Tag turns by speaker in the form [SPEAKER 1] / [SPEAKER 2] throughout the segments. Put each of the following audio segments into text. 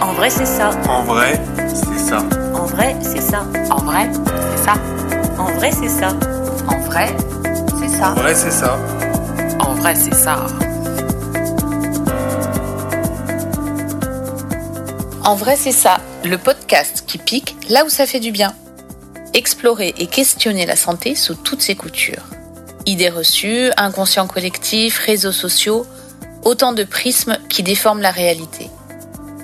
[SPEAKER 1] En vrai, c'est ça.
[SPEAKER 2] En vrai, c'est ça.
[SPEAKER 1] En vrai, c'est ça.
[SPEAKER 3] En vrai, c'est ça.
[SPEAKER 1] En vrai, c'est ça.
[SPEAKER 3] En vrai, c'est
[SPEAKER 2] En
[SPEAKER 3] ça.
[SPEAKER 2] vrai, c'est ça.
[SPEAKER 3] En vrai, c'est ça. En vrai, c'est ça, le podcast qui pique là où ça fait du bien. Explorer et questionner la santé sous toutes ses coutures. Idées reçues, inconscient collectif, réseaux sociaux, autant de prismes qui déforment la réalité.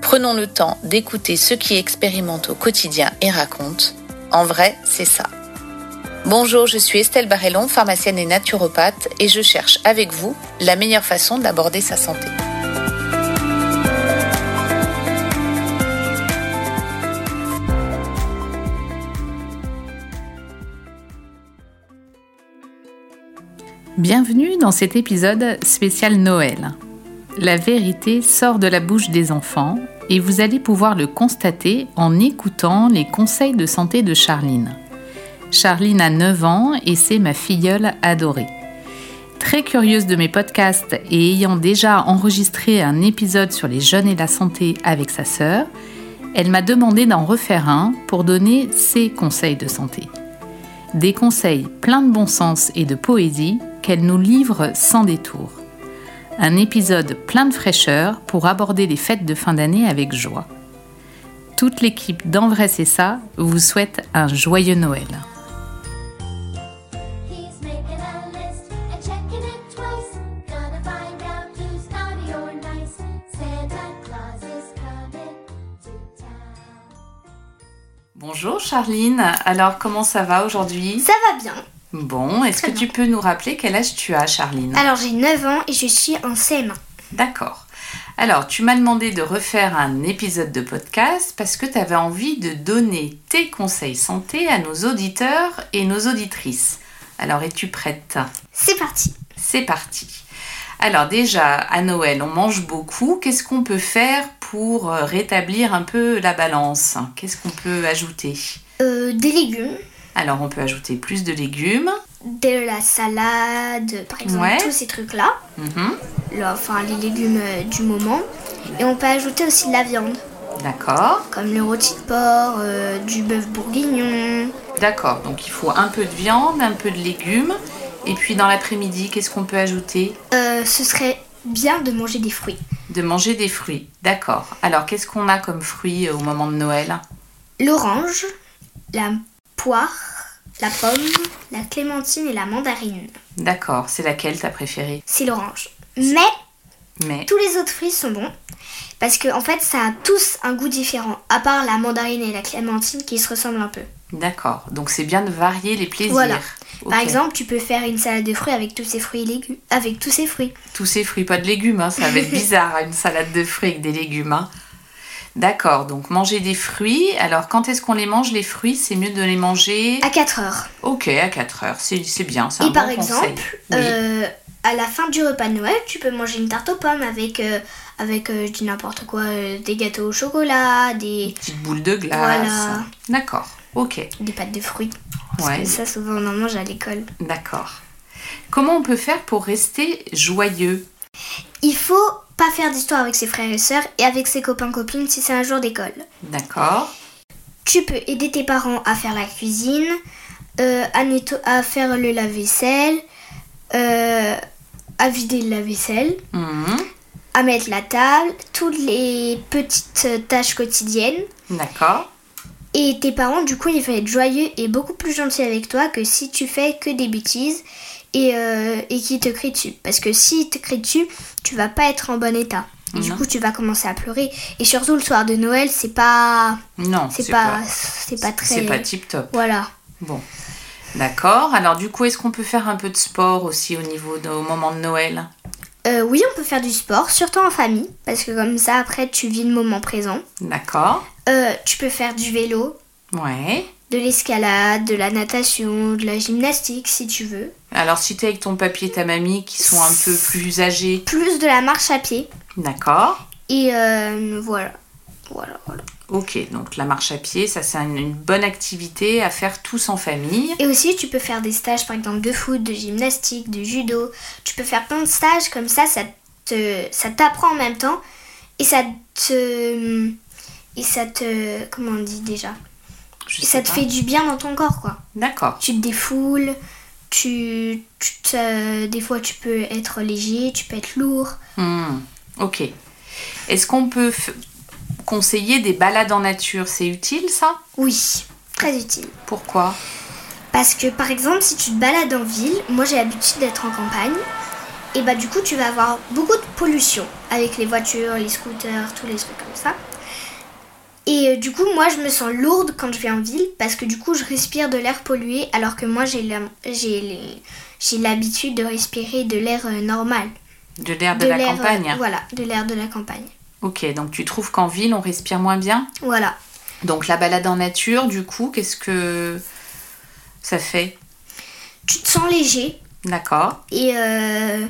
[SPEAKER 3] Prenons le temps d'écouter ceux qui expérimentent au quotidien et racontent. En vrai, c'est ça. Bonjour, je suis Estelle Barrellon, pharmacienne et naturopathe, et je cherche avec vous la meilleure façon d'aborder sa santé. Bienvenue dans cet épisode spécial Noël. La vérité sort de la bouche des enfants et vous allez pouvoir le constater en écoutant les conseils de santé de Charline. Charline a 9 ans et c'est ma filleule adorée. Très curieuse de mes podcasts et ayant déjà enregistré un épisode sur les jeunes et la santé avec sa sœur, elle m'a demandé d'en refaire un pour donner ses conseils de santé. Des conseils pleins de bon sens et de poésie qu'elle nous livre sans détour. Un épisode plein de fraîcheur pour aborder les fêtes de fin d'année avec joie. Toute l'équipe d'En Vrai C'est Ça vous souhaite un joyeux Noël.
[SPEAKER 4] He's making a list and checking it twice. Gonna find out who's naughty or nice. Santa Claus is coming to town.
[SPEAKER 3] Bonjour Charline, alors comment ça va aujourd'hui
[SPEAKER 5] Ça va bien.
[SPEAKER 3] Bon, est-ce que tu peux nous rappeler quel âge tu as Charline
[SPEAKER 5] Alors j'ai 9 ans et je suis en CM1.
[SPEAKER 3] D'accord. Alors, tu m'as demandé de refaire un épisode de podcast parce que tu avais envie de donner tes conseils santé à nos auditeurs et nos auditrices. Alors, es-tu prête
[SPEAKER 5] C'est parti.
[SPEAKER 3] C'est parti. Alors déjà, à Noël, on mange beaucoup. Qu'est-ce qu'on peut faire pour euh, rétablir un peu la balance Qu'est-ce qu'on peut ajouter
[SPEAKER 5] Euh, des légumes,
[SPEAKER 3] Alors, on peut ajouter plus de légumes.
[SPEAKER 5] de la salade, par exemple,
[SPEAKER 3] Ouais.
[SPEAKER 5] tous ces trucs-là.
[SPEAKER 3] Mhm,
[SPEAKER 5] Le- Enfin, les légumes euh, du moment. Et on peut ajouter aussi de la viande,
[SPEAKER 3] D'accord.
[SPEAKER 5] comme le rôti de porc, euh, du bœuf bourguignon.
[SPEAKER 3] D'accord. Donc, il faut un peu de viande, un peu de légumes. Et puis, dans l'après-midi, qu'est-ce qu'on peut ajouter
[SPEAKER 5] Euh, ce serait bien de manger des fruits.
[SPEAKER 3] De manger des fruits, d'accord. Alors, qu'est-ce qu'on a comme fruits euh, au moment de Noël
[SPEAKER 5] L'orange, la poire, la pomme, la clémentine et la mandarine.
[SPEAKER 3] D'accord, c'est laquelle ta préférée
[SPEAKER 5] C'est l'orange. Mais
[SPEAKER 3] Mais,
[SPEAKER 5] Tous les autres fruits sont bons parce que en fait ça a tous un goût différent, à part la mandarine et la clémentine qui se ressemblent un peu.
[SPEAKER 3] d'accord. Donc, c'est bien de varier les plaisirs.
[SPEAKER 5] Voilà. Par
[SPEAKER 3] Ok.
[SPEAKER 5] exemple, tu peux faire une salade de fruits avec tous ces fruits et légumes, avec tous ces fruits.
[SPEAKER 3] Tous ces fruits, pas de légumes, hein, ça va être bizarre, une salade de fruits avec des légumes. hein. D'accord, donc manger des fruits. Alors, quand est-ce qu'on les mange, les fruits C'est mieux de les manger.
[SPEAKER 5] À 4 heures.
[SPEAKER 3] Ok, à 4 heures, c'est c'est bien, c'est
[SPEAKER 5] Et
[SPEAKER 3] un bon
[SPEAKER 5] par
[SPEAKER 3] conseil.
[SPEAKER 5] exemple,
[SPEAKER 3] Oui.
[SPEAKER 5] Euh, à la fin du repas de Noël, tu peux manger une tarte aux pommes avec euh, avec euh, je dis n'importe quoi, euh, des gâteaux au chocolat, des
[SPEAKER 3] Petite boule de glace.
[SPEAKER 5] Voilà.
[SPEAKER 3] D'accord, ok.
[SPEAKER 5] des pâtes de fruits. Parce
[SPEAKER 3] Ouais,
[SPEAKER 5] que ça souvent on en mange à l'école.
[SPEAKER 3] d'accord. Comment on peut faire pour rester joyeux
[SPEAKER 5] Il faut pas faire d'histoire avec ses frères et sœurs et avec ses copains copines si c'est un jour d'école.
[SPEAKER 3] D'accord.
[SPEAKER 5] Tu peux aider tes parents à faire la cuisine, euh, à, netto- à faire le lave-vaisselle, euh, à vider le lave-vaisselle,
[SPEAKER 3] Mhm.
[SPEAKER 5] à mettre la table, toutes les petites euh, tâches quotidiennes.
[SPEAKER 3] D'accord.
[SPEAKER 5] Et tes parents, du coup, ils vont être joyeux et beaucoup plus gentils avec toi que si tu fais que des bêtises et, euh, et qu'ils te crient dessus. Parce que s'ils te crient dessus, tu vas pas être en bon état. Et du
[SPEAKER 3] Non.
[SPEAKER 5] coup, tu vas commencer à pleurer. Et surtout, le soir de Noël, c'est pas.
[SPEAKER 3] Non,
[SPEAKER 5] C'est pas. C'est pas très.
[SPEAKER 3] C'est pas tip top.
[SPEAKER 5] Voilà.
[SPEAKER 3] Bon. D'accord. Alors du coup, est-ce qu'on peut faire un peu de sport aussi au niveau de- au moment de Noël
[SPEAKER 5] Euh, oui, on peut faire du sport, surtout en famille, parce que comme ça, après, tu vis le moment présent.
[SPEAKER 3] D'accord.
[SPEAKER 5] Euh, tu peux faire du vélo,
[SPEAKER 3] Ouais.
[SPEAKER 5] de l'escalade, de la natation, de la gymnastique, si tu veux.
[SPEAKER 3] Alors si t'es avec ton papy et ta mamie qui sont un peu plus âgés,
[SPEAKER 5] Plus de la marche à pied.
[SPEAKER 3] d'accord.
[SPEAKER 5] Et euh, voilà. Voilà, voilà.
[SPEAKER 3] Ok, donc la marche à pied, ça c'est une, une bonne activité à faire tous en famille.
[SPEAKER 5] Et aussi, tu peux faire des stages, par exemple, de foot, de gymnastique, de judo. Tu peux faire plein de stages, comme ça, ça te, ça t'apprend en même temps. Et ça te. Et ça te. Comment on dit déjà
[SPEAKER 3] Je sais
[SPEAKER 5] Et ça te
[SPEAKER 3] pas.
[SPEAKER 5] fait du bien dans ton corps, quoi.
[SPEAKER 3] D'accord.
[SPEAKER 5] Tu te défoules, tu. tu te- des fois, tu peux être léger, tu peux être lourd.
[SPEAKER 3] Hmm, Ok. Est-ce qu'on peut f- conseiller des balades en nature C'est utile ça
[SPEAKER 5] Oui, très utile.
[SPEAKER 3] Pourquoi
[SPEAKER 5] Parce que par exemple, si tu te balades en ville, moi j'ai l'habitude d'être en campagne, et bah du coup tu vas avoir beaucoup de pollution avec les voitures, les scooters, tous les trucs comme ça. Et euh, du coup, moi je me sens lourde quand je vais en ville parce que du coup je respire de l'air pollué alors que moi j'ai la- j'ai les- j'ai l'habitude de respirer de l'air euh, normal.
[SPEAKER 3] De l'air Ah, de, la
[SPEAKER 5] l'air, euh,
[SPEAKER 3] campagne.
[SPEAKER 5] Voilà, de l'air de la campagne.
[SPEAKER 3] Ok, donc tu trouves qu'en ville on respire moins bien
[SPEAKER 5] Voilà.
[SPEAKER 3] Donc la balade en nature, du coup, qu'est-ce que ça fait
[SPEAKER 5] Tu te sens léger,
[SPEAKER 3] D'accord.
[SPEAKER 5] Et euh,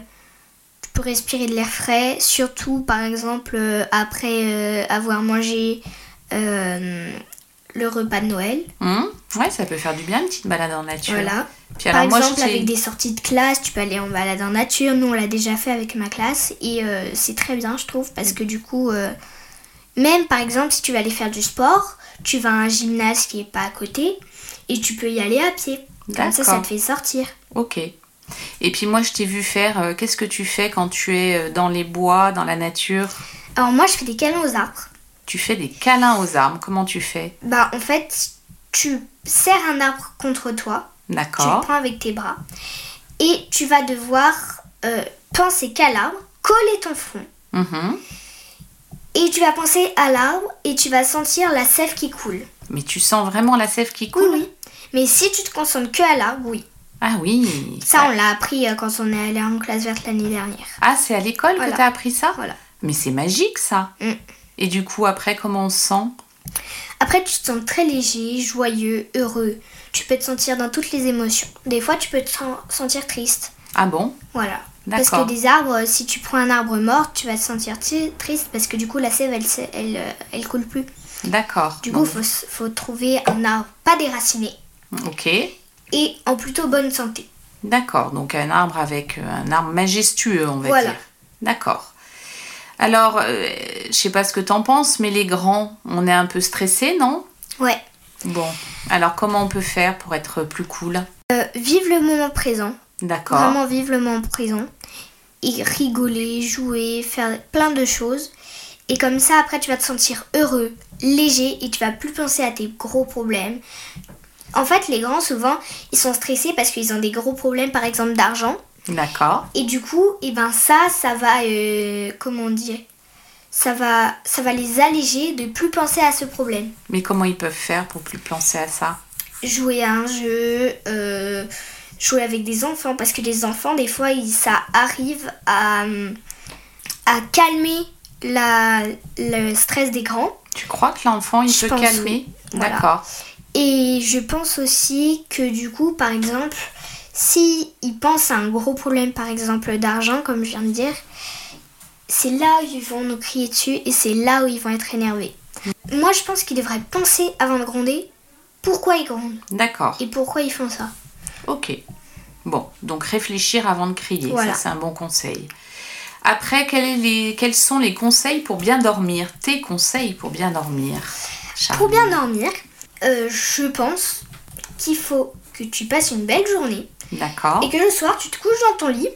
[SPEAKER 5] tu peux respirer de l'air frais, surtout par exemple euh, après euh, avoir mangé euh, le repas de Noël.
[SPEAKER 3] Hmm, ouais, ça peut faire du bien une petite balade en nature.
[SPEAKER 5] Voilà.
[SPEAKER 3] Puis alors
[SPEAKER 5] par
[SPEAKER 3] moi
[SPEAKER 5] exemple,
[SPEAKER 3] je t'ai-
[SPEAKER 5] avec des sorties de classe, tu peux aller en balade en nature. Nous, on l'a déjà fait avec ma classe et euh, c'est très bien, je trouve,
[SPEAKER 3] Mm.
[SPEAKER 5] parce que du coup, euh, même par exemple, si tu vas aller faire du sport, tu vas à un gymnase qui est pas à côté et tu peux y aller à pied. Comme ça, ça
[SPEAKER 3] D'accord.
[SPEAKER 5] te fait sortir.
[SPEAKER 3] Ok. Et puis moi je t'ai vu faire. euh, qu'est-ce que tu fais quand tu es euh, dans les bois, dans la nature
[SPEAKER 5] Alors, moi, je fais des câlins aux arbres.
[SPEAKER 3] Tu fais des câlins aux arbres. Comment tu fais
[SPEAKER 5] Bah en fait, tu serres un arbre contre toi, tu le
[SPEAKER 3] D'accord.
[SPEAKER 5] prends avec tes bras, et tu vas devoir euh, penser qu'à l'arbre, coller ton front,
[SPEAKER 3] Mhm.
[SPEAKER 5] et tu vas penser à l'arbre, et tu vas sentir la sève qui coule.
[SPEAKER 3] Mais tu sens vraiment la sève qui
[SPEAKER 5] Oui,
[SPEAKER 3] coule
[SPEAKER 5] oui. Mais si tu te concentres que à l'arbre, oui.
[SPEAKER 3] Ah oui.
[SPEAKER 5] Ça, on l'a appris euh, quand on est allé en classe verte l'année dernière.
[SPEAKER 3] Ah, c'est à l'école
[SPEAKER 5] Voilà.
[SPEAKER 3] que t'as appris ça
[SPEAKER 5] Voilà.
[SPEAKER 3] Mais c'est magique ça.
[SPEAKER 5] Mm.
[SPEAKER 3] Et du coup après comment on se sent
[SPEAKER 5] Après, tu te sens très léger, joyeux, heureux. Tu peux te sentir dans toutes les émotions. Des fois, tu peux te sen- sentir triste.
[SPEAKER 3] Ah bon
[SPEAKER 5] Voilà. Parce
[SPEAKER 3] D'accord.
[SPEAKER 5] que des arbres, euh, si tu prends un arbre mort, tu vas te sentir ti- triste parce que du coup la sève elle, se- elle, euh, elle coule plus.
[SPEAKER 3] D'accord.
[SPEAKER 5] Du coup,
[SPEAKER 3] Donc,
[SPEAKER 5] faut, s- faut trouver un arbre pas déraciné
[SPEAKER 3] Ok.
[SPEAKER 5] et en plutôt bonne santé.
[SPEAKER 3] D'accord. Donc un arbre avec euh, un arbre majestueux, on va
[SPEAKER 5] Voilà.
[SPEAKER 3] dire. D'accord. Alors, euh, je sais pas ce que t'en penses, mais les grands, on est un peu stressé, non
[SPEAKER 5] Ouais.
[SPEAKER 3] Bon. Alors comment on peut faire pour être plus cool
[SPEAKER 5] Euh, vive le moment présent.
[SPEAKER 3] D'accord.
[SPEAKER 5] Vraiment vive le moment présent. Et rigoler, jouer, faire plein de choses. Et comme ça, après, tu vas te sentir heureux, léger et tu vas plus penser à tes gros problèmes. En fait, les grands, souvent, ils sont stressés parce qu'ils ont des gros problèmes, par exemple, d'argent.
[SPEAKER 3] D'accord.
[SPEAKER 5] Et du coup, et ben ça, ça va, euh, comment dire, ça va, ça va les alléger de plus penser à ce problème.
[SPEAKER 3] Mais comment ils peuvent faire pour plus penser à ça
[SPEAKER 5] Jouer à un jeu, euh, jouer avec des enfants, parce que les enfants, des fois, ils- ça arrive à, euh, à calmer la, le stress des grands.
[SPEAKER 3] Tu crois que l'enfant, il
[SPEAKER 5] Je
[SPEAKER 3] peut
[SPEAKER 5] pense,
[SPEAKER 3] calmer
[SPEAKER 5] oui. Voilà.
[SPEAKER 3] D'accord.
[SPEAKER 5] Et je pense aussi que du coup, par exemple, si ils pensent à un gros problème, par exemple d'argent, comme je viens de dire, c'est là où ils vont nous crier dessus et c'est là où ils vont être énervés. Moi, je pense qu'ils devraient penser avant de gronder pourquoi ils grondent
[SPEAKER 3] D'accord.
[SPEAKER 5] et pourquoi ils font ça.
[SPEAKER 3] Ok. Bon, donc réfléchir avant de crier,
[SPEAKER 5] Voilà.
[SPEAKER 3] ça c'est un bon conseil. Après, quel est les- quels sont les conseils pour bien dormir Tes conseils pour bien dormir Charline
[SPEAKER 5] Pour bien dormir, euh, je pense qu'il faut que tu passes une belle journée
[SPEAKER 3] D'accord.
[SPEAKER 5] et que le soir tu te couches dans ton lit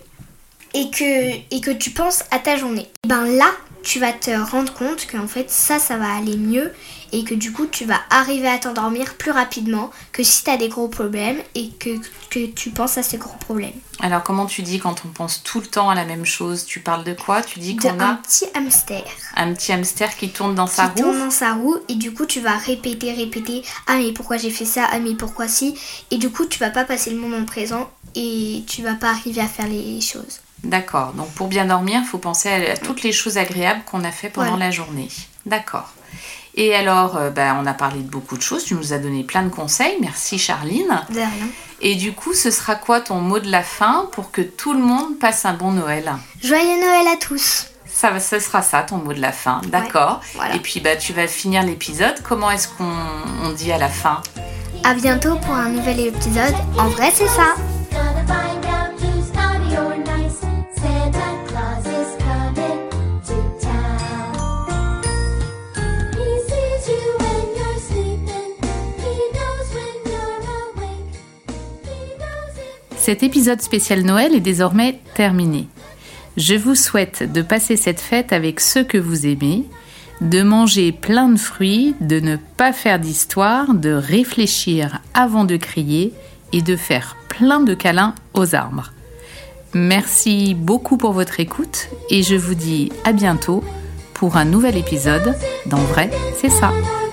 [SPEAKER 5] et que, et que tu penses à ta journée. Et ben là, tu vas te rendre compte qu'en fait ça, ça va aller mieux et que du coup tu vas arriver à t'endormir plus rapidement que si tu as des gros problèmes et que, que tu penses à ces gros problèmes.
[SPEAKER 3] Alors, comment tu dis quand on pense tout le temps à la même chose Tu parles de quoi Tu dis
[SPEAKER 5] De
[SPEAKER 3] qu'on
[SPEAKER 5] un
[SPEAKER 3] a
[SPEAKER 5] petit hamster
[SPEAKER 3] un petit hamster qui tourne dans sa
[SPEAKER 5] qui tourne
[SPEAKER 3] roue
[SPEAKER 5] dans sa roue et du coup tu vas répéter, répéter, ah mais pourquoi j'ai fait ça, ah mais pourquoi si, et du coup tu vas pas passer le moment présent et tu vas pas arriver à faire les choses.
[SPEAKER 3] D'accord. Donc, pour bien dormir, il faut penser à, à toutes les choses agréables qu'on a fait pendant
[SPEAKER 5] Voilà.
[SPEAKER 3] la journée. D'accord. Et alors, euh, ben, on a parlé de beaucoup de choses. Tu nous as donné plein de conseils. Merci, Charline.
[SPEAKER 5] De rien.
[SPEAKER 3] Et du coup, ce sera quoi ton mot de la fin pour que tout le monde passe un bon Noël
[SPEAKER 5] Joyeux Noël à tous
[SPEAKER 3] ça, va- ce sera ça ton mot de la fin, d'accord
[SPEAKER 5] voilà.
[SPEAKER 3] Et puis bah tu vas finir l'épisode. Comment est-ce qu'on on dit à la fin
[SPEAKER 5] À bientôt pour un nouvel épisode. En vrai, c'est ça.
[SPEAKER 4] Gonna find out who's naughty or nice. Santa Claus is coming to town.
[SPEAKER 3] Cet épisode spécial Noël est désormais terminé. Je vous souhaite de passer cette fête avec ceux que vous aimez, de manger plein de fruits, de ne pas faire d'histoire, de réfléchir avant de crier et de faire plein de câlins aux arbres. Merci beaucoup pour votre écoute et je vous dis à bientôt pour un nouvel épisode d'En vrai, c'est ça.
[SPEAKER 4] Oh,